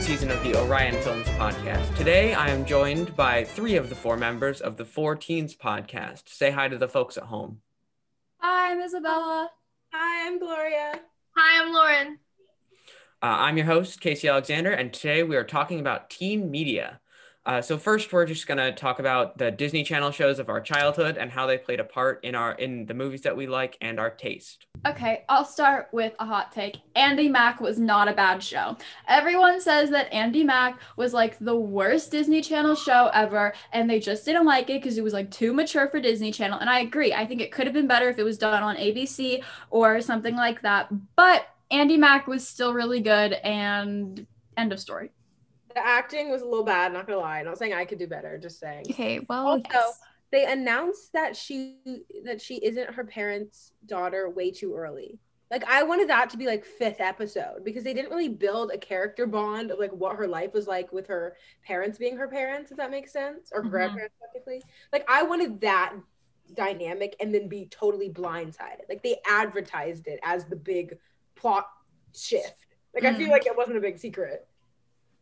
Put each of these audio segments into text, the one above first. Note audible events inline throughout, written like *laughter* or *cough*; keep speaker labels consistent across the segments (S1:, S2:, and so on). S1: season of the Orion Films podcast. Today, I am joined by three of the four members of the Four Teens podcast. Say hi to the folks at home.
S2: Hi, I'm Isabella.
S3: Hi, I'm Gloria.
S4: Hi, I'm Lauren.
S1: Uh, I'm your host, Casey Alexander, and today we are talking about teen media. Uh, so first, we're just gonna talk about the Disney Channel shows of our childhood and how they played a part in our in the movies that we like and our taste.
S2: Okay, I'll start with a hot take. Andy Mack was not a bad show. Everyone says that Andy Mack was like the worst Disney Channel show ever, and they just didn't like it because it was like too mature for Disney Channel. And I agree. I think it could have been better if it was done on ABC or something like that. But Andy Mack was still really good. And end of story.
S3: The acting was a little bad, not gonna lie. Not saying I could do better,
S2: *laughs*
S3: just saying.
S5: Okay, well,
S3: Also,
S5: yes.
S3: They announced that she that she isn't her parents' daughter way too early. Like I wanted that to be like fifth episode because they didn't really build a character bond of like what her life was like with her parents being her parents, if that makes sense, or
S5: Mhm.
S3: grandparents technically. Like I wanted that dynamic and then be totally blindsided. Like they advertised it as the big plot shift. Like I feel
S4: Mm.
S3: like it wasn't a big secret.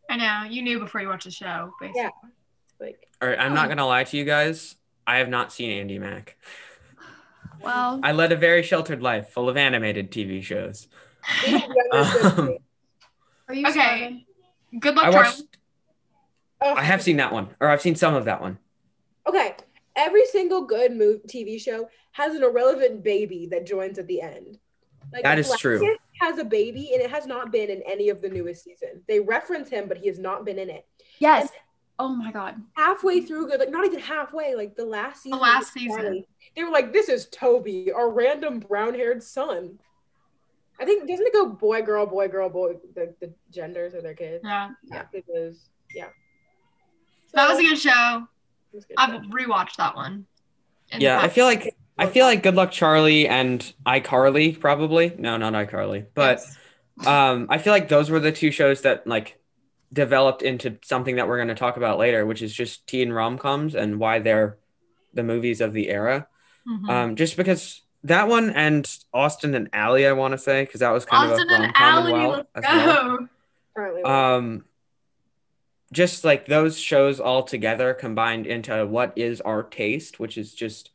S4: I know you knew before you watched the show. Basically.
S3: Yeah. Like
S1: All right, I'm not gonna lie to you guys. I have not seen Andy Mack.
S2: Well,
S1: I led a very sheltered life, full of animated TV shows. Um,
S3: oh,
S2: are you
S4: Okay.
S2: starting?
S4: Good luck,
S1: I
S4: Charlie.
S1: watched. I have seen that one, or I've seen some of that one.
S3: Oh, Okay, every single good move TV show has an irrelevant baby that joins at the end. Like
S1: That is true.
S3: Atlantis Has a baby and it has not been in any of the newest season. They reference him, but he has not been in it.
S2: Yes. Oh my God.
S3: Halfway through, good, like not even halfway, like the last season.
S4: last
S3: with Charlie,
S4: season.
S3: they were like, "This is Toby, our random brown-haired son." I think doesn't it go boy, girl, boy, girl, boy? The, the genders of their kids.
S4: Yeah,
S3: Yeah, it is. Yeah.
S4: that was
S3: So-
S4: a good show.
S3: it was a good
S4: I've rewatched that one. And
S1: Yeah, I
S4: that-
S1: feel like I feel like Good Luck Charlie and iCarly probably. No, not iCarly, but
S4: Yes. *laughs*
S1: um, I feel like those were the two shows that like developed into something that we're going to talk about later, which is just teen rom coms and why they're the movies of the era.
S4: Mhm.
S1: Um, just because that one and Austin and Alley, I want to say, because that was kind
S4: Austin
S1: of a
S4: and
S1: rom-com
S4: Allie,
S1: as well-
S4: let's
S1: as well
S4: go.
S3: Currently,
S1: um just like those shows all together combined into what is our taste which is just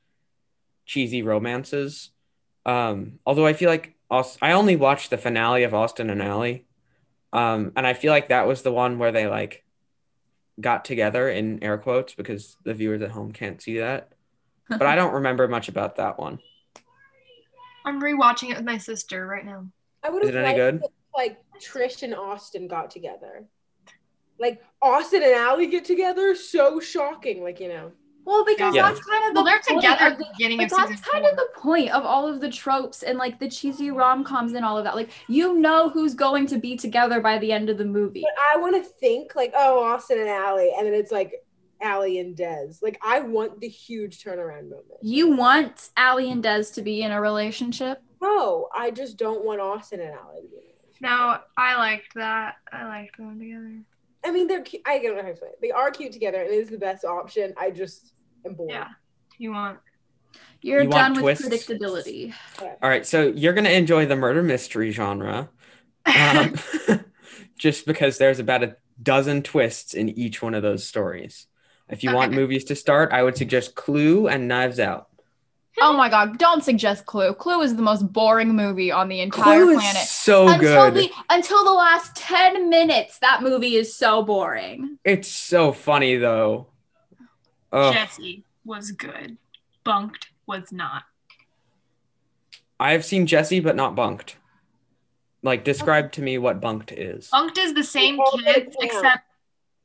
S1: cheesy romances um although i feel like Aus- i only watched the finale of austin and alley um and i feel like that was the one where they like got together in air quotes because the viewers at home can't see that but i don't remember much about that one
S4: *laughs* I'm rewatching it with my sister right now.
S3: I would
S1: Is
S3: have
S1: it any
S3: liked
S1: good?
S3: if, like Trish and Austin got together. Like Austin and Allie get together, so shocking. Like you know,
S2: Well, because
S1: Yeah.
S2: that's kind of the
S4: Well, they're
S2: point
S4: together
S2: of
S4: at
S2: the
S4: the beginning
S2: But
S4: of
S2: that's
S4: season
S2: kind
S4: four.
S2: of the point of all of the tropes and like the cheesy rom coms and all of that. Like you know who's going to be together by the end of the movie.
S3: but I want to think like, oh, Austin and Allie, and then it's like Allie and Dez. Like I want the huge turnaround moment.
S2: You want Allie and Des to be in a relationship.
S3: No, I just don't want Austin and Allie. To be in a relationship.
S4: No, I liked that. I liked them together.
S3: I mean they're cute. I don't know how to explain. it. They are cute together, and it is the best option. I just am bored.
S4: Yeah. You want?
S2: You're
S1: You
S2: done
S1: want
S2: with
S1: twists?
S2: predictability.
S1: all right so you're going to enjoy the murder mystery genre
S4: *laughs*
S1: um,
S2: *laughs*
S1: just because there's about a dozen twists in each one of those stories. If you want
S4: Okay.
S1: movies to start, I would suggest Clue and Knives Out.
S2: Oh my god, don't suggest Clue. Clue is the most boring movie on the entire
S1: Clue
S2: planet.
S1: is so
S2: until
S1: good.
S2: the until the last 10 minutes, that movie is so boring.
S1: it's so funny though. Oh,
S4: Jesse was good. Bunked was not.
S1: I have seen Jesse, but not Bunked.
S2: Oh.
S1: Like, describe to me what Bunked is.
S4: Bunked is the same
S3: all get
S4: kids
S3: down.
S4: except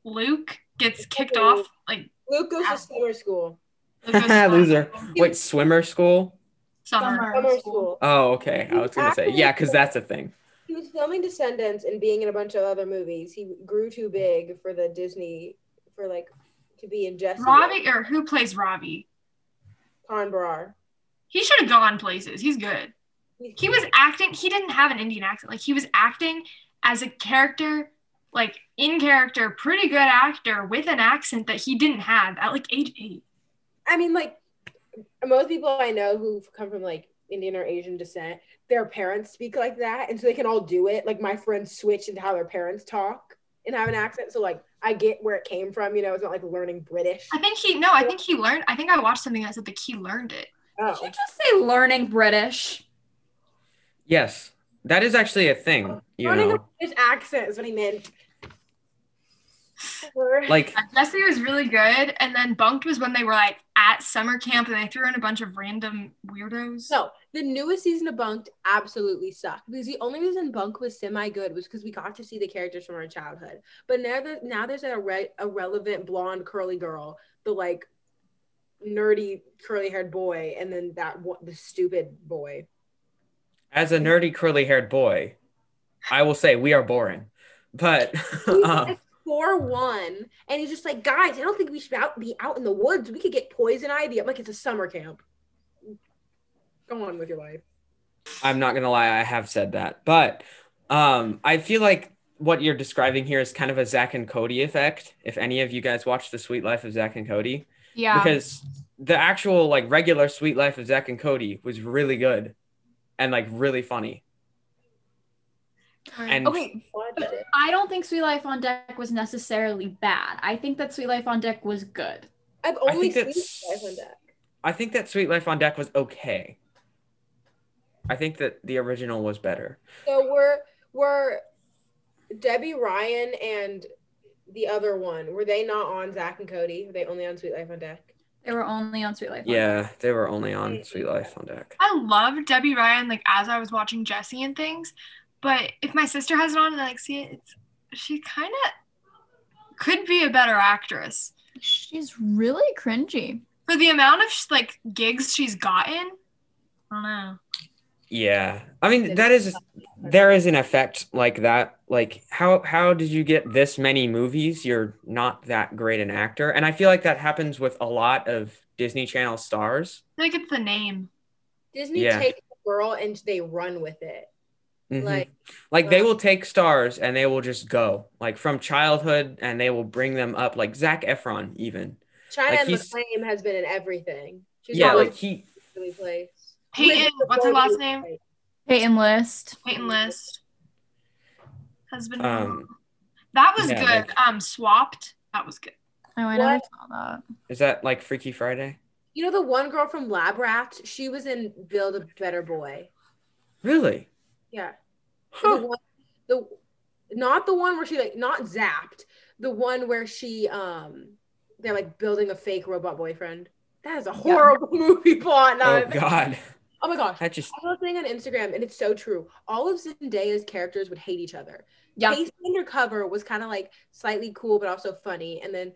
S4: Luke gets kicked
S3: Okay.
S4: off. Like
S3: Luke goes to summer school.
S4: Luke goes to
S1: Loser.
S4: summer-
S1: Wait, swimmer school?
S4: Summer.
S3: Summer school.
S1: Oh, okay. I was gonna say yeah, because that's a thing.
S3: He was filming Descendants and being in a bunch of other movies. He grew too big for the Disney for like to be in Jesse.
S4: Robbie or who plays Robbie?
S3: Con Brar.
S4: He should have gone places. He's good. He was acting. He didn't have an Indian accent. Like he was acting as a character, like in character, pretty good actor with an accent that he didn't have at like age eight.
S3: I mean, like most people I know who come from like Indian or Asian descent, their parents speak like that, and so they can all do it. Like my friends switch into how their parents talk. and have an accent. So like I get where it came from. You know, it's not like learning British.
S4: I think he no, I think he learned I think I watched something that said like he learned it.
S3: Oh,
S2: Did you just say learning British?
S1: Yes, that is actually a thing. You
S3: learning
S1: know,
S3: a British accent is what he meant. Or-
S1: like
S4: Jesse was really good, and then Bunked was when they were like at summer camp and they threw in a bunch of random weirdos.
S3: No, the newest season of Bunked absolutely sucked because the only reason Bunk was semi good was because we got to see the characters from our childhood. But now that now there's a re- irrelevant blonde curly girl, the like nerdy curly haired boy, and then that one, the stupid
S1: *laughs*
S3: boy.
S1: as a nerdy curly haired boy, I will say we are boring. But
S3: He's
S1: um,
S3: four one, and he's just like, guys, I don't think we should out, be out in the woods. We could get poison ivy. I'm like, it's a summer camp. Go on with your life.
S1: I'm not gonna lie, I have said that. But um, I feel like what you're describing here is kind of a Zach and Cody effect. If any of you guys watch the Sweet Life of Zach and Cody,
S4: Yeah.
S1: because the actual like regular Sweet Life of Zach and Cody was really good and like really funny. And
S2: Okay, I don't think Sweet Life on Deck was necessarily bad. I think that Sweet Life on Deck was good.
S3: I've only
S1: think
S3: seen that's...
S1: that's-
S3: guys on deck.
S1: I think that Sweet Life on Deck was okay. I think that the original was better.
S3: So were were Debbie Ryan and the other one were they not on Zach and Cody? Were they only on Sweet Life on Deck?
S2: They were only on Sweet Life. on
S1: Yeah, they were only on Sweet Life on Deck.
S4: I love Debbie Ryan like as I was watching Jesse and things, but if my sister has it on and I like see it, it's she kind of could be a better actress
S2: Deck. She's really cringy.
S4: for the amount of like gigs she's gotten. I don't know.
S1: Yeah. I mean, that is there is an effect like that. Like how how did you get this many movies? You're not that great an actor. And I feel like that happens with a lot of Disney Channel stars.
S4: I feel like it's the name.
S3: Disney
S1: Yeah.
S3: takes a girl and they run with it.
S1: Mhm.
S3: Like uh,
S1: like they will take stars and they will just go like from childhood and they will bring them up like Zach Efron even.
S3: China
S1: Like, he's-
S3: McClain has been in everything. She's
S1: yeah,
S3: always
S1: like he
S3: in the place.
S4: Peyton,
S3: Elizabeth
S4: what's her last
S3: Olsen.
S4: name?
S2: Peyton List.
S4: Peyton List. Husband. and
S1: Um,
S4: Mom. that was
S1: yeah,
S4: good.
S1: like-
S4: um, swapped. That was good.
S2: Oh, I
S3: What?
S2: never saw that.
S1: is that like Freaky Friday?
S3: You know the one girl from Lab Rats? She was in Build a Better Boy.
S1: Really? Oh,
S3: Yeah.
S1: Huh.
S3: The one, the not the one where she like not zapped. The one where she um they're like building a fake robot boyfriend. That is a horrible *laughs* movie plot. now
S1: Oh
S3: that I think-
S1: god.
S3: oh my gosh.
S1: That just
S3: I was thing on Instagram and it's so true. All of Zendaya's characters would hate each other.
S2: Yeah.
S3: Casey Undercover was kind of like slightly cool but also funny. And then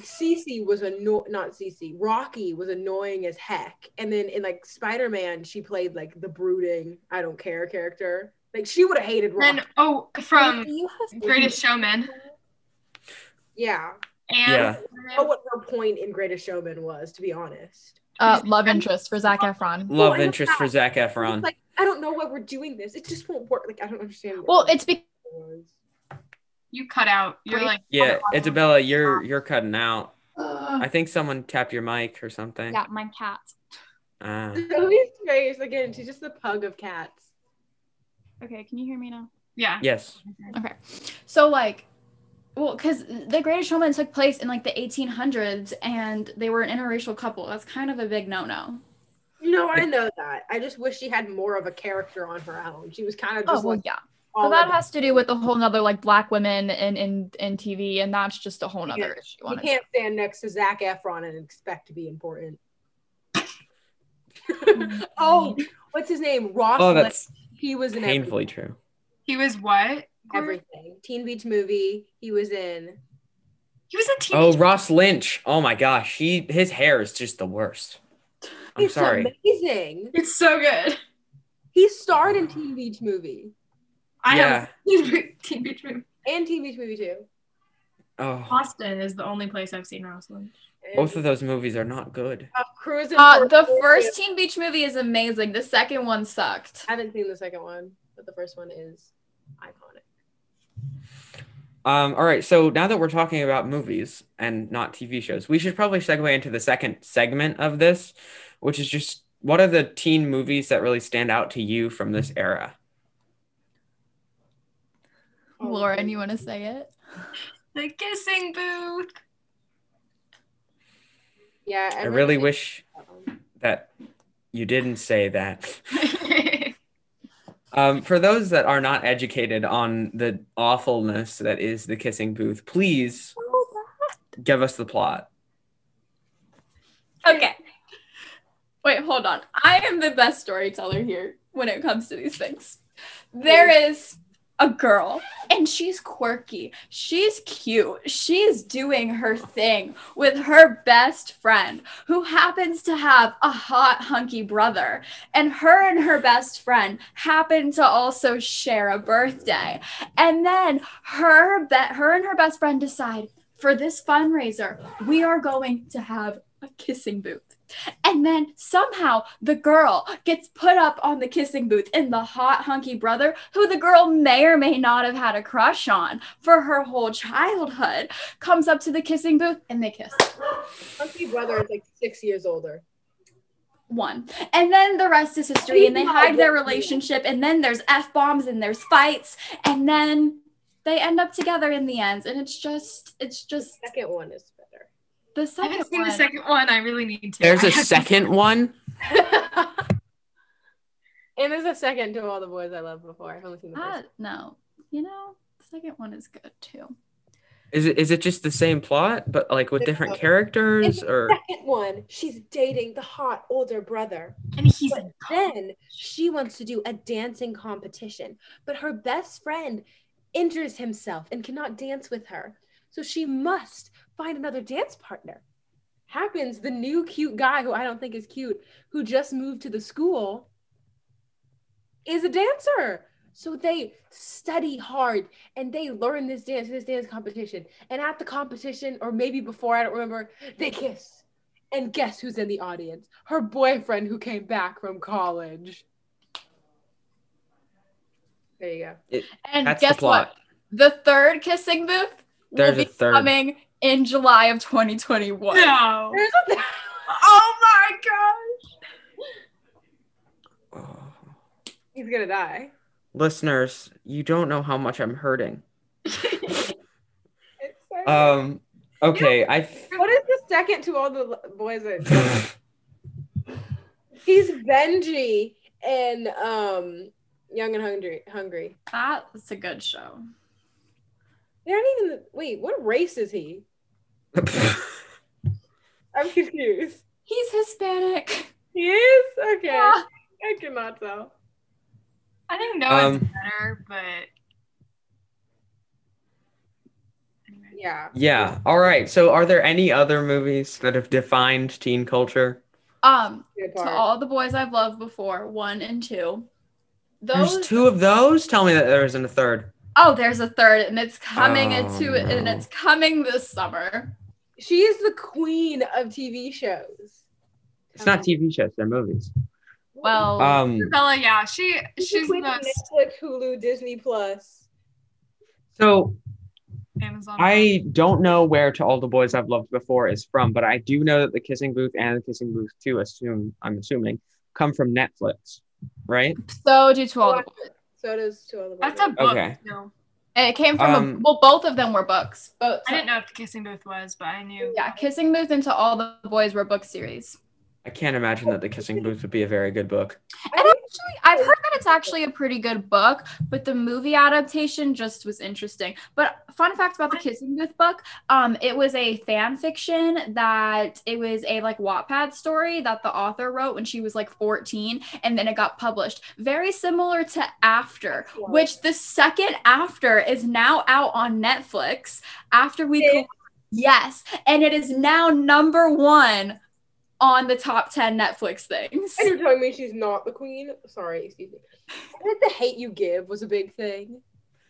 S3: Cece was anno- not Cece, Rocky was annoying as heck. And then in like Spider Man, she played like the brooding, I don't care character. Like she would have hated Rocky.
S4: And oh, from
S3: You have-
S4: Greatest Showman
S3: Yeah.
S4: and
S3: Oh, what her point in Greatest Showman was, to be honest.
S2: Uh, love interest for Zach Efron.
S1: love
S3: I know
S1: interest for
S3: that.
S1: Zach
S3: It's
S1: Efron.
S3: like, I don't know why we're doing this. It just won't work. Like, I don't understand. what
S2: Well,
S3: it
S2: it's because
S3: was.
S4: you cut out. You're
S2: Great.
S4: like
S1: Yeah,
S4: oh,
S1: Isabella, you're you're cutting out. I think someone tapped your mic or something.
S2: yeah, my cat.
S1: Ah.
S3: Zoe's face again. She's just the pug of cats.
S2: Okay, can you hear me now?
S4: yeah.
S1: yes.
S2: Okay. So like well, because the Greatest Showman took place in like the 1800s, and they were an interracial couple. That's kind of a big no-no.
S3: No, I know that. I just wish she had more of a character on her own. She was kind of
S2: Oh
S3: just
S2: well,
S3: like
S2: yeah. But
S3: all
S2: that
S3: of-
S2: has to do with the whole nother like black women in in, in TV, and that's just a whole nother
S3: can't-
S2: issue.
S3: you
S2: On
S3: can't stand next to Zach Efron and expect to be
S2: *laughs*
S3: important.
S2: its-
S3: oh, what's his name? Ross.
S1: Oh,
S3: Lynch.
S1: that's
S3: he was in
S1: painfully true.
S4: He was what?
S3: everything. everything. Teen Beach movie. He was in.
S4: He was a teenager.
S1: Oh, Ross Lynch. Oh my gosh, he his hair is just the worst. I'm
S3: it's
S1: sorry.
S3: amazing.
S4: it's so good.
S3: He starred in Teen Beach movie
S4: I
S1: yeah.
S4: have *laughs* Teen Beach Movie.
S3: and Teen Beach movie too.
S1: Oh,
S4: Austin is the only place I've seen Rosalind.
S3: And,
S1: both of those movies are not good.
S3: uh, Cruise
S2: *laughs*
S3: and *laughs*
S2: Uh, the
S3: Fortune.
S2: first Teen Beach movie is amazing. The second one sucked.
S3: I haven't seen the second one, but the first one is iconic.
S1: Um, all right, so now that we're talking about movies and not TV shows, we should probably segue into the second segment of this, which is just what are the teen movies that really stand out to you from this era?
S3: Oh,
S2: Lauren, you want to say it?
S4: The kissing booth.
S3: Yeah.
S1: I really wish that you didn't say that.
S3: *laughs*
S1: Um, for those that are not educated on the awfulness that is the kissing booth, please
S3: Oh,
S1: give us the plot.
S2: Okay. Wait, hold on. I am the best storyteller here when it comes to these things. There is a girl, and she's quirky. She's cute. She's doing her thing with her best friend, who happens to have a hot, hunky brother. And her and her best friend happen to also share a birthday. And then her, be- her and her best friend decide for this fundraiser, we are going to have a kissing booth. And then somehow the girl gets put up on the kissing booth in the hot, hunky brother who the girl may or may not have had a crush on for her whole childhood comes up to the kissing booth and they kiss.
S3: Hunky brother is like six years older.
S2: One. And then the rest is history and they hide their relationship. And then there's F bombs and there's fights. And then they end up together in the end. And it's just, it's just
S3: Second one is better.
S2: the
S4: I
S2: second
S4: haven't seen
S2: one.
S4: the second one. I really need to.
S1: There's
S4: I *laughs*
S1: a
S4: haven't-
S1: second one.
S3: and there's a second to all the boys I loved before. I've only seen the first.
S2: Ah, no, you know, the second one is good too.
S1: Is it is it just the same plot but like with different characters or
S3: Second one, she's dating the hot older brother.
S4: And he's
S3: But then she wants to do a dancing competition, but her best friend injures himself and cannot dance with her. So she must find another dance partner. Happens the new cute guy who I don't think is cute, who just moved to the school, is a dancer. So they study hard and they learn this dance, this dance competition. And at the competition, or maybe before, I don't remember, they kiss. And guess who's in the audience? Her boyfriend who came back from college. There you go.
S2: And
S1: that's
S2: guess
S1: the plot.
S2: what? The third kissing booth
S1: There's
S2: will be
S1: a third.
S2: coming in July of 2021.
S3: *laughs*
S4: no.
S3: There's a
S4: Oh my gosh.
S1: Oh.
S3: He's gonna die.
S1: Listeners, you don't know how much I'm hurting. Um okay, I
S3: what is the second to all the l-
S1: *laughs*
S3: boys? that- He's Benji and um Young and Hungry. Hungry.
S2: That's a good show.
S3: They aren't even. Wait, what race is he? I'm confused.
S2: He's Hispanic.
S3: He is okay.
S2: Yeah.
S3: I cannot tell.
S4: I think Noah's
S1: Um,
S4: better, but. Anyway.
S3: Yeah.
S1: *laughs* yeah, all right. So are there any other movies that have defined teen culture?
S2: Um,
S3: Good
S2: to
S3: part.
S2: all the boys I've loved before, one and two. Those
S1: There's two of those? Tell me that there isn't a third.
S2: oh, there's a third, and it's coming
S1: Oh,
S2: into and
S1: no.
S2: it's coming this summer.
S3: She is the queen of TV shows.
S1: It's not TV shows, they're movies.
S2: Well,
S1: Um
S4: Bella, yeah, she
S3: She's
S4: she's the
S3: queen of
S4: most
S3: Netflix, Hulu, Disney Plus.
S1: so
S4: Amazon.
S1: I don't know where To All the Boys I've Loved Before is from, but I do know that The Kissing Booth and The Kissing Booth 2, assume, I'm assuming, come from Netflix, right?
S2: so do to all the boys.
S3: So does two other.
S4: That's a book.
S1: Okay.
S4: No,
S2: It came from a,
S1: Um,
S2: well, both of them were books. But
S4: I didn't know if the kissing booth was, but I knew.
S2: yeah, Kissing Booth into All the Boys were book series.
S1: I can't imagine that The Kissing Booth would be a very good book.
S2: And actually, I've heard that it's actually a pretty good book, but the movie adaptation just was interesting. But fun fact about the Kissing Booth book, um, it was a fan fiction that it was a like Wattpad story that the author wrote when she was like 14, and then it got published. Very similar to After, which the second After is now out on Netflix. After we,
S3: Really?
S2: yes, and it is now number one on the top 10 Netflix things.
S3: And you're telling me she's not the queen? Sorry, excuse me. I think the hate you give was a big thing.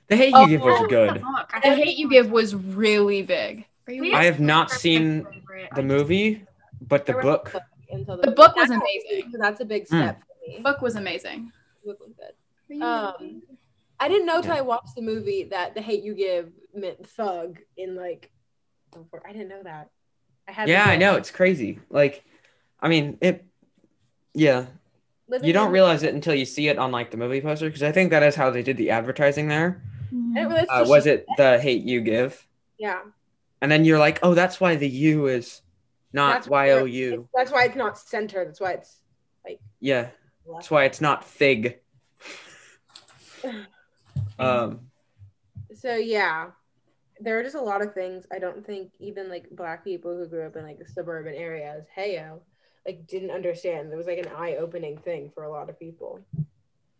S1: The Hate You
S2: Oh.
S1: Give was
S4: The
S1: good.
S4: book. I
S2: The
S4: think
S2: Hate You Give was really big.
S4: we
S1: I have not
S4: actually
S1: seen
S4: favorite.
S1: The movie, but the
S3: There was
S1: book,
S3: a book until
S2: The book was
S3: That's-
S2: amazing.
S3: That's a big
S1: Mm.
S3: step for me.
S2: The book was amazing.
S3: Book was good. Um, I didn't know till I watched the movie that the hate you give meant thug in like. I didn't know that. I had
S1: yeah,
S3: the
S1: I know, it's crazy. Like, I mean, it, yeah,
S3: Living
S1: you don't
S3: in-
S1: realize it until you see it on like the movie poster, because I think that is how they did the advertising there.
S2: Um,
S3: I didn't realize
S1: Uh,
S3: till
S1: was
S3: she-
S1: it the hate you give?
S3: Yeah.
S1: And then you're like, oh, that's why the U is not
S3: That's why they're-
S1: YOU.
S3: That's why it's not center. That's why it's
S1: Yeah. That's why it's not fig. um,
S3: so yeah. There are just a lot of things I don't think even like black people who grew up in like suburban areas, heyo, like didn't understand. It was like an eye-opening thing for a lot of people.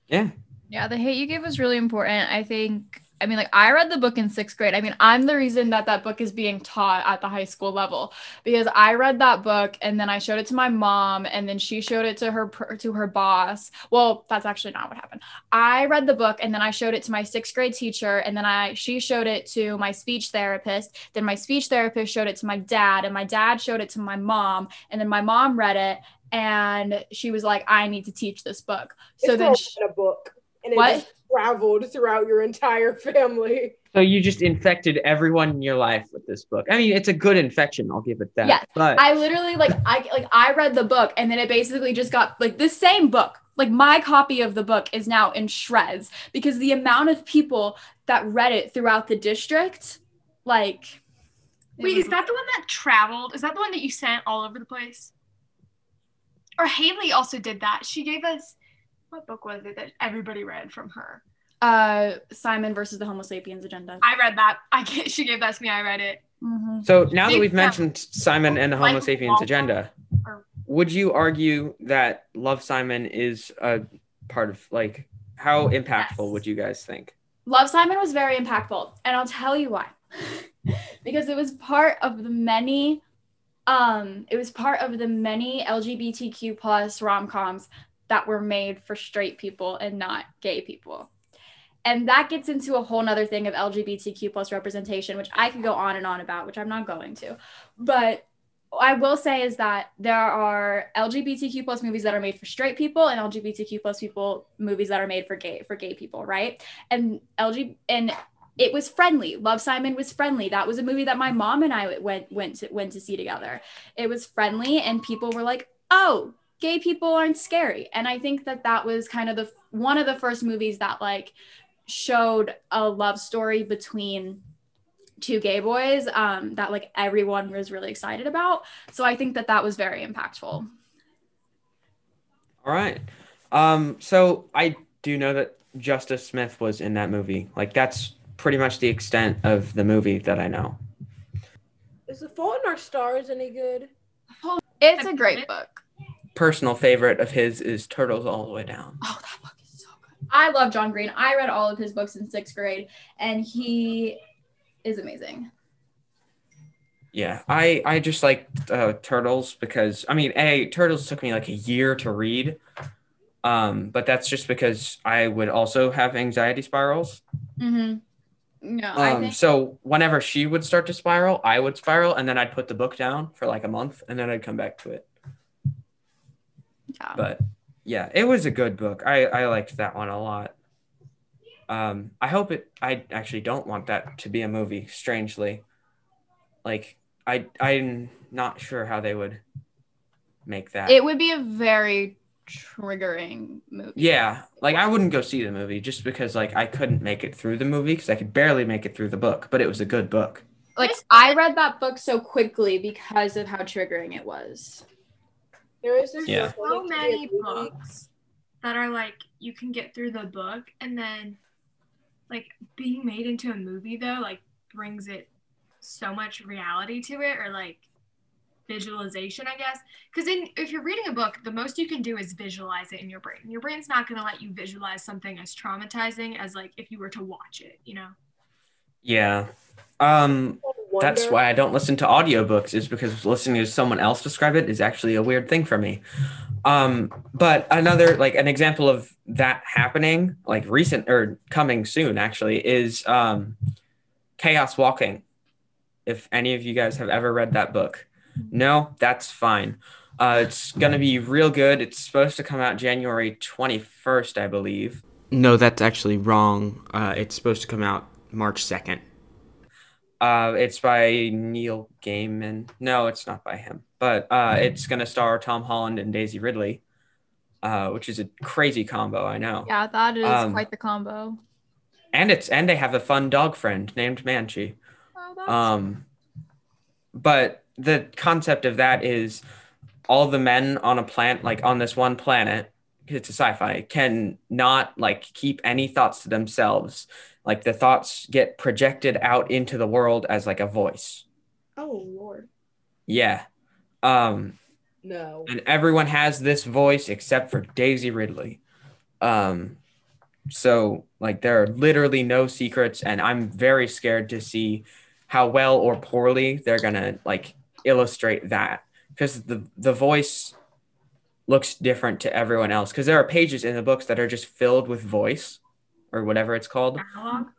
S1: yeah.
S2: Yeah, the hate you give was really important. I think, I mean, like, I read the book in sixth grade. I mean, I'm the reason that that book is being taught at the high school level because I read that book and then I showed it to my mom and then she showed it to her pr- to her boss. Well, that's actually not what happened. I read the book and then I showed it to my sixth grade teacher and then I she showed it to my speech therapist. Then my speech therapist showed it to my dad and my dad showed it to my mom and then my mom read it and she was like, I need to teach this book. So
S3: it's
S2: then.
S3: all
S2: she-
S3: in a book and it
S2: What?
S3: just traveled throughout your entire *laughs* family.
S1: So you just infected everyone in your life with this book. I mean, it's a good infection. I'll give it that.
S2: Yes.
S1: But
S2: I literally like I like I read the book and then it basically just got like the same book. Like my copy of the book is now in shreds because the amount of people that read it throughout the district, like it
S4: Wait,
S2: was-
S4: is that the one that traveled? Is that the one that you sent all over the place? Or Haley also did that. She gave us what book was it that everybody read from her?
S2: uh Simon versus the Homo sapiens agenda.
S4: I read that. I g- she gave that to me. I read it.
S2: Mhm.
S1: so now that
S4: Big
S1: we've
S4: family.
S1: mentioned Simon and the Homo
S4: Like
S1: sapiens
S4: Waldo
S1: agenda,
S4: or-
S1: would you argue that Love Simon is a part of like how impactful
S4: Yes.
S1: would you guys think?
S2: Love Simon was very impactful, and I'll tell you why. *laughs* because it was part of the many um it was part of the many LGBTQ plus rom-coms that were made for straight people and not gay people. And that gets into a whole nother thing of LGBTQ plus representation, which I could go on and on about, which I'm not going to. But what I will say is that there are LGBTQ plus movies that are made for straight people and LGBTQ plus people movies that are made for gay for gay people, right? and LG and it was friendly. Love Simon was friendly. That was a movie that my mom and I went went to, went to see together. It was friendly, and people were like, "Oh, gay people aren't scary." And I think that that was kind of the one of the first movies that like showed a love story between two gay boys um, that like everyone was really excited about. So I think that that was very impactful.
S1: All right. Um, so I do know that Justice Smith was in that movie. Like that's pretty much the extent of the movie that I know.
S3: Is the Fault in Our Stars any good?
S2: It's a great book.
S1: Personal favorite of his is Turtles All the Way Down.
S2: Oh, that book is so good. I love John Green. I read all of his books in sixth grade, and he is amazing.
S1: Yeah, I I just like uh, turtles because I mean, a turtles took me like a year to read, um, but that's just because I would also have anxiety spirals.
S2: Mm-hmm. No, I
S1: Um,
S2: think
S1: so whenever she would start to spiral, I would spiral, and then I'd put the book down for like a month, and then I'd come back to it.
S2: yeah.
S1: But yeah, it was a good book. I I liked that one a lot. Um, I hope it. I actually don't want that to be a movie. Strangely, like I I'm not sure how they would make that.
S2: it would be a very triggering movie.
S1: Yeah, like I wouldn't go see the movie just because like I couldn't make it through the movie because I could barely make it through the book, but it was a good book.
S2: Like I read that book so quickly because of how triggering it was.
S3: There is there's
S1: Yeah.
S4: So
S3: supposed to be a
S4: many
S3: movie.
S4: books that are like you can get through the book and then like being made into a movie though like brings it so much reality to it or like visualization I guess because in if you're reading a book the most you can do is visualize it in your brain your brain's not going to let you visualize something as traumatizing as like if you were to watch it you know
S1: Yeah. Um
S3: Wonder-
S1: that's why I don't listen to audiobooks is because listening to someone else describe it is actually a weird thing for me. Um but another like an example of that happening like recent or coming soon actually is um Chaos Walking. If any of you guys have ever read that book. No, that's fine. Uh, it's gonna be real good. It's supposed to come out January twenty first, I believe. No, that's actually wrong. Uh, it's supposed to come out March second. Uh, it's by Neil Gaiman. No, it's not by him, but uh, it's gonna star Tom Holland and Daisy Ridley, uh, which is a crazy combo. I know.
S2: Yeah, that is
S1: Um,
S2: quite the combo.
S1: and it's and they have a fun dog friend named Manchi.
S3: Oh, that's-
S1: Um, but the concept of that is all the men on a plant, like on this one planet, 'cause it's a sci-fi, can not like keep any thoughts to themselves. Like the thoughts get projected out into the world as like a voice.
S3: oh lord.
S1: Yeah. Um,
S3: No.
S1: and everyone has this voice except for Daisy Ridley. Um, so like there are literally no secrets, and I'm very scared to see how well or poorly they're gonna like illustrate that because the the voice looks different to everyone else because there are pages in the books that are just filled with voice or whatever it's called
S4: Dialogue.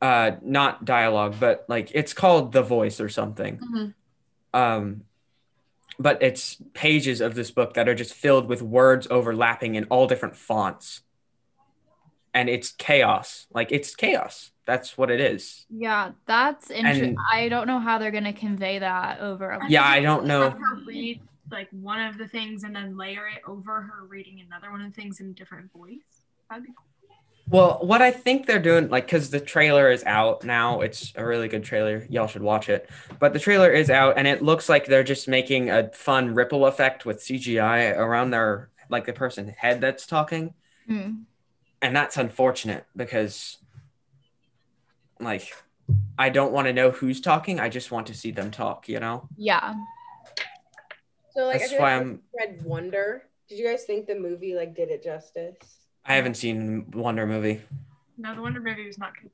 S1: uh not dialogue but like it's called the voice or something
S2: Mhm.
S1: um but it's pages of this book that are just filled with words overlapping in all different fonts and it's chaos like it's chaos that's what it is
S2: Yeah, that's interesting.
S1: And-
S2: I don't know how they're gonna convey that over. A-
S1: Yeah,
S4: think
S1: I
S4: you
S1: don't know.
S4: Have her read like one of the things and then layer it over her reading another one of the things in a different voice. That'd be cool.
S1: well what i think they're doing like because the trailer is out now it's a really good trailer y'all should watch it but the trailer is out and it looks like they're just making a fun ripple effect with cgi around their like the person's head that's talking
S2: Hmm.
S1: and that's unfortunate because like i don't want to know who's talking i just want to see them talk you know
S2: Yeah.
S3: So like I
S1: that's
S3: feel
S1: why
S3: like
S1: i'm
S3: I read Wonder. Did you guys think the movie like did it justice?
S1: i haven't seen wonder movie
S4: No, the Wonder movie was not good.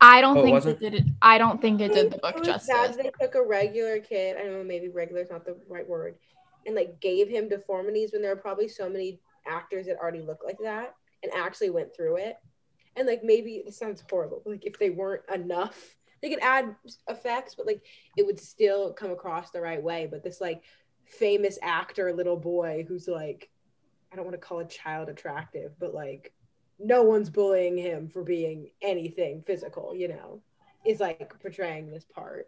S2: I don't
S1: Oh, it
S2: think
S1: wasn't?
S2: it did it. I don't think it did the book
S3: was
S2: justice.
S3: Sad they took a regular kid. I know maybe regular is not the right word, and like gave him deformities when there are probably so many actors that already look like that and actually went through it. And like maybe this sounds horrible. But, like if they weren't enough, they could add effects, but like it would still come across the right way. But this like famous actor little boy who's like, I don't want to call a child attractive, but like no one's bullying him for being anything physical, you know, is like portraying this part.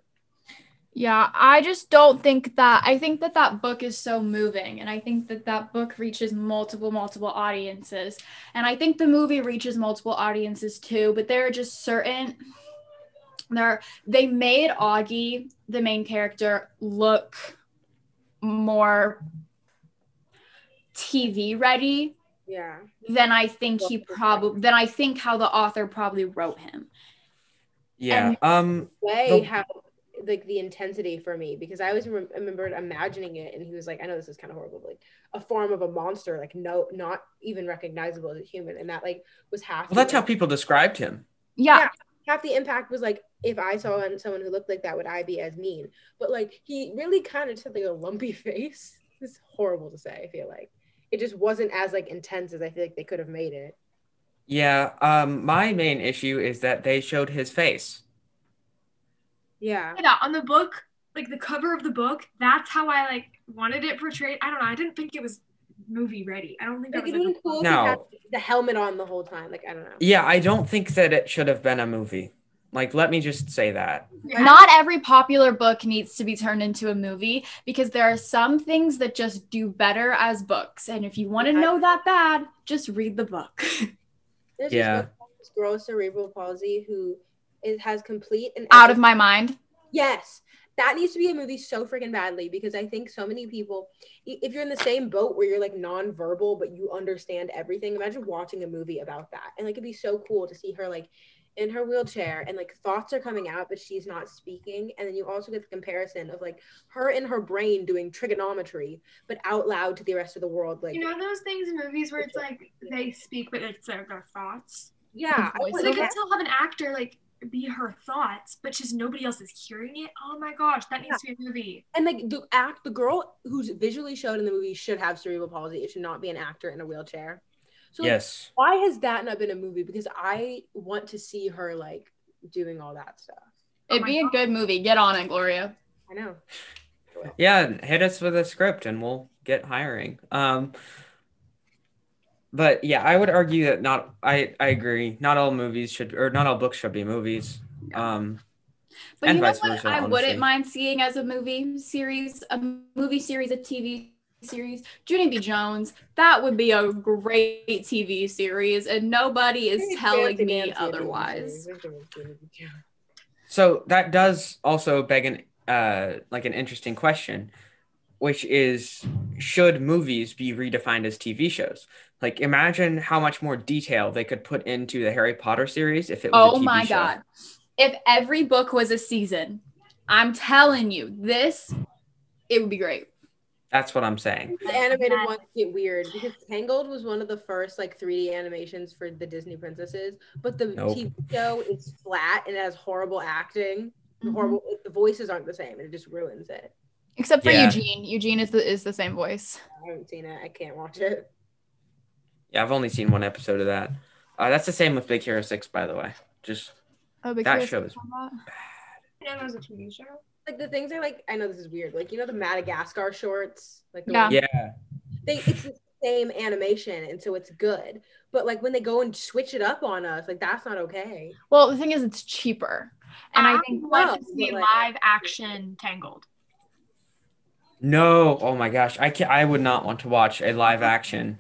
S2: Yeah, I just don't think that. I think that that book is so moving, and I think that that book reaches multiple, multiple audiences, and I think the movie reaches multiple audiences too. But there are just certain. There, they made Augie the main character look more TV ready
S3: Yeah.
S2: than I think he probably than I think how the author probably wrote him.
S1: yeah um
S3: Way
S1: The-
S3: how like the intensity for me because I always rem- remembered imagining it and he was like I know this is kind of horrible but like a form of a monster like no not even recognizable as a human and that like was half
S1: well that's
S3: the,
S1: how people described him
S2: Yeah,
S3: half the impact was like if I saw an- someone who looked like that would I be as mean but like he really kind of just had like a lumpy *laughs* face it's horrible to say I feel like it just wasn't as like intense as I feel like they could have made it
S1: yeah um my main issue is that they showed his face
S3: yeah
S4: Yeah, on the book, like the cover of the book, that's how I like wanted it portrayed. I don't know. I didn't think it was movie ready. I don't think that
S3: like
S4: was
S3: it
S4: like,
S3: would
S4: a-
S3: cool if he
S1: No.
S3: had the helmet on the whole time like I don't know
S1: yeah i don't think that it should have been a movie like let me just say that
S4: Yeah.
S2: Not every popular book needs to be turned into a movie because there are some things that just do better as books. And if you want to
S3: Yeah.
S2: know that bad, just read the
S4: *laughs*
S2: book.
S3: There's
S1: Yeah.
S3: this girl- this girl with cerebral palsy who is, has complete and
S2: Out of my mind.
S3: yes. That needs to be a movie so freaking badly because I think so many people, i- if you're in the same boat where you're like nonverbal but you understand everything, imagine watching a movie about that. And like it'd be so cool to see her like in her wheelchair and like thoughts are coming out but she's not speaking. And then you also get the comparison of like her in her brain doing trigonometry but out loud to the rest of the world. Like,
S4: You know those things in movies where it's like they speak, but it's their, their thoughts.
S3: yeah, I
S2: Voice
S4: So
S3: want
S4: they
S2: over?
S3: that.
S4: could still have an actor like be her thoughts, but just nobody else is hearing it. Oh my gosh, that needs to be a movie.
S3: And like the act, the girl who's visually shown in the movie should have cerebral palsy. It should not be an actor in a wheelchair. So like,
S1: yes
S3: why has that not been a movie? Because I want to see her like doing all that stuff.
S4: Oh
S2: It'd
S4: my
S2: be a
S4: God.
S2: good movie. Get on it, Gloria.
S3: I know.
S1: yeah hit us with a script and we'll get hiring um but yeah i would argue that not i i agree not all movies should or not all books should be movies um
S2: But
S1: And
S2: you know
S1: vice
S2: what?
S1: versa,
S2: I
S1: honestly.
S2: wouldn't mind seeing as a movie series, a movie series, a TV series, Judy B. Jones. That would be a great TV series, and nobody is telling me otherwise.
S1: So that does also beg an uh, like an interesting question, which is should movies be redefined as TV shows? Like imagine how much more detail they could put into the Harry Potter series if it was a
S2: Oh
S1: TV
S2: my
S1: show.
S2: god. If every book was a season, I'm telling you, this it would be great.
S1: That's what I'm saying.
S3: The animated ones get weird because Tangled was one of the first like 3D animations for the Disney princesses, but the
S1: Nope.
S3: TV show is flat and it has horrible acting.
S2: Mm-hmm.
S3: and Horrible. like, The voices aren't the same, and it just ruins it.
S2: Except for
S1: Yeah.
S2: Eugene. Eugene is the is the same voice.
S3: I haven't seen it. I can't watch it.
S1: Yeah, I've only seen one episode of that. Uh, that's the same with Big Hero Six, by the way. Just
S2: Oh, Big
S1: That
S2: Hero
S1: show is-
S2: Six.
S4: I know it was a TV show.
S3: Like the things I like. I know this is weird. Like you know the Madagascar shorts. Like the
S2: Yeah.
S3: ones-
S1: yeah,
S3: they, it's the same animation, and so it's good. But like when they go and switch it up on us, like that's not okay.
S2: Well, the thing is, it's cheaper, and I think
S3: know,
S4: want to
S3: Um,
S4: see
S3: but, like-
S4: live action Tangled.
S1: no. Oh my gosh, I can not I would not want to watch a live action.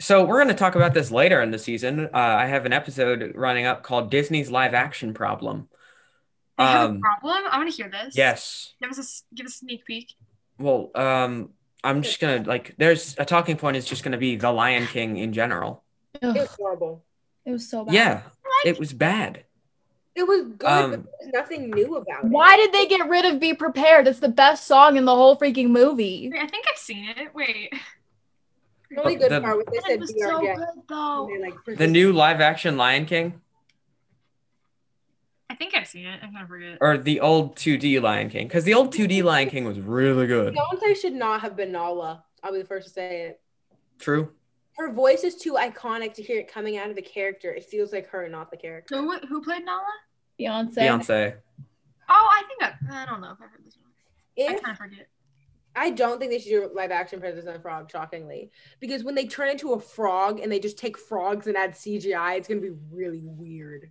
S1: So we're going to talk about this later in the season. Uh, I have an episode running up called Disney's Live Action Problem.
S4: They have a
S1: Um,
S4: problem. I want to hear this.
S1: Yes.
S4: Give us a s- give us a sneak peek.
S1: Well, um, I'm just gonna like. There's a talking point is just gonna be the Lion King in general.
S3: It was
S2: Ugh,
S3: horrible.
S2: it was so bad.
S1: Yeah, it was bad.
S3: It was good, but
S1: Um,
S3: there's nothing new about it.
S2: Why did they get rid of "Be Prepared"? It's the best song in the whole freaking movie.
S4: Wait, I think I've seen it. Wait,
S3: The only good
S1: The-
S3: part was they
S4: it
S3: said
S4: was
S3: "Be our
S4: so
S3: guest,"
S4: good though.
S3: and they, like,
S1: the new live action Lion King
S4: I think I've seen it. I'm gonna forget.
S1: or the old 2D Lion King? Because the old 2D Lion King was really good.
S3: Beyonce should not have been Nala. I'll be the first to say it.
S1: True.
S3: Her voice is too iconic to hear it coming out of the character. It feels like her, not the character.
S4: Who who played Nala?
S2: Beyonce.
S1: Beyonce.
S4: Oh, I think I, I don't know if I heard this one. I
S3: If
S4: kind of forget.
S3: I don't think they should do live action Princess and the Frog, shockingly, because when they turn into a frog and they just take frogs and add CGI, it's gonna be really weird.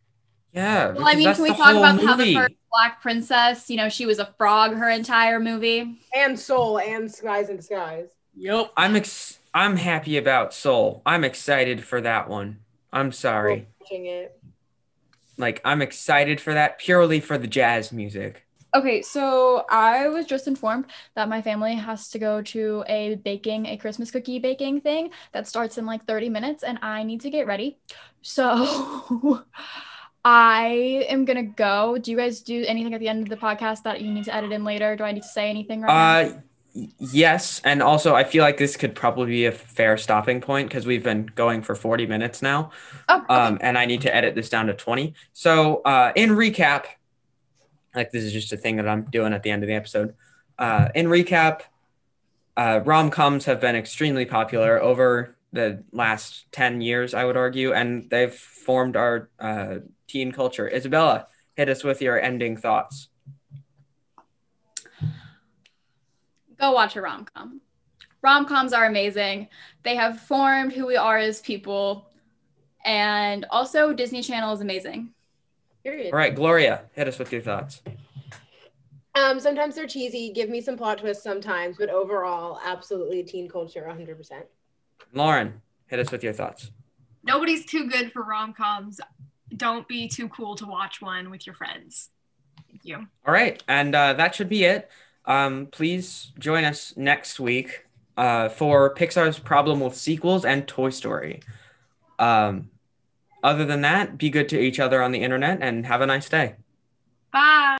S1: Yeah.
S2: Well, I
S1: because
S2: mean,
S1: that's
S2: can we
S1: the
S2: talk
S1: whole
S2: about how the
S1: movie.
S2: first black princess, you know, she was a frog her entire movie?
S3: And Soul and Skies and Skies.
S1: Yep. I'm ex- I'm happy about Soul. I'm excited for that one. I'm sorry.
S3: Watching it.
S1: Like I'm excited for that purely for the jazz music.
S2: Okay, so I was just informed that my family has to go to a baking, a Christmas cookie baking thing that starts in like 30 minutes, and I need to get ready. So *laughs* I am gonna go. Do you guys do anything at the end of the podcast that you need to edit in later? Do I need to say anything right
S1: Uh, y- yes, and also I feel like this could probably be a fair stopping point because we've been going for forty minutes now,
S2: now? Oh,
S1: um, and I need to edit this down to twenty. So, uh, in recap, like this is just a thing that I'm doing at the end of the episode. Uh, in recap, uh, rom coms have been extremely popular over the last ten years, I would argue, and they've formed our uh, teen culture. Isabella, hit us with your ending thoughts.
S2: go watch a rom com. Rom coms are amazing. They have formed who we are as people, and also Disney Channel is amazing.
S3: Period.
S1: All right, Gloria, hit us with your thoughts.
S3: Um, sometimes they're cheesy. Give me some plot twists sometimes, but overall, absolutely teen culture, 100. percent
S1: Lauren, hit us with your thoughts.
S4: Nobody's too good for rom coms. Don't be too cool to watch one with your friends. Thank you.
S1: All right, and uh, that should be it. Um, please join us next week uh, for Pixar's problem with sequels and Toy Story. Um, other than that, be good to each other on the internet and have a nice day.
S4: Bye.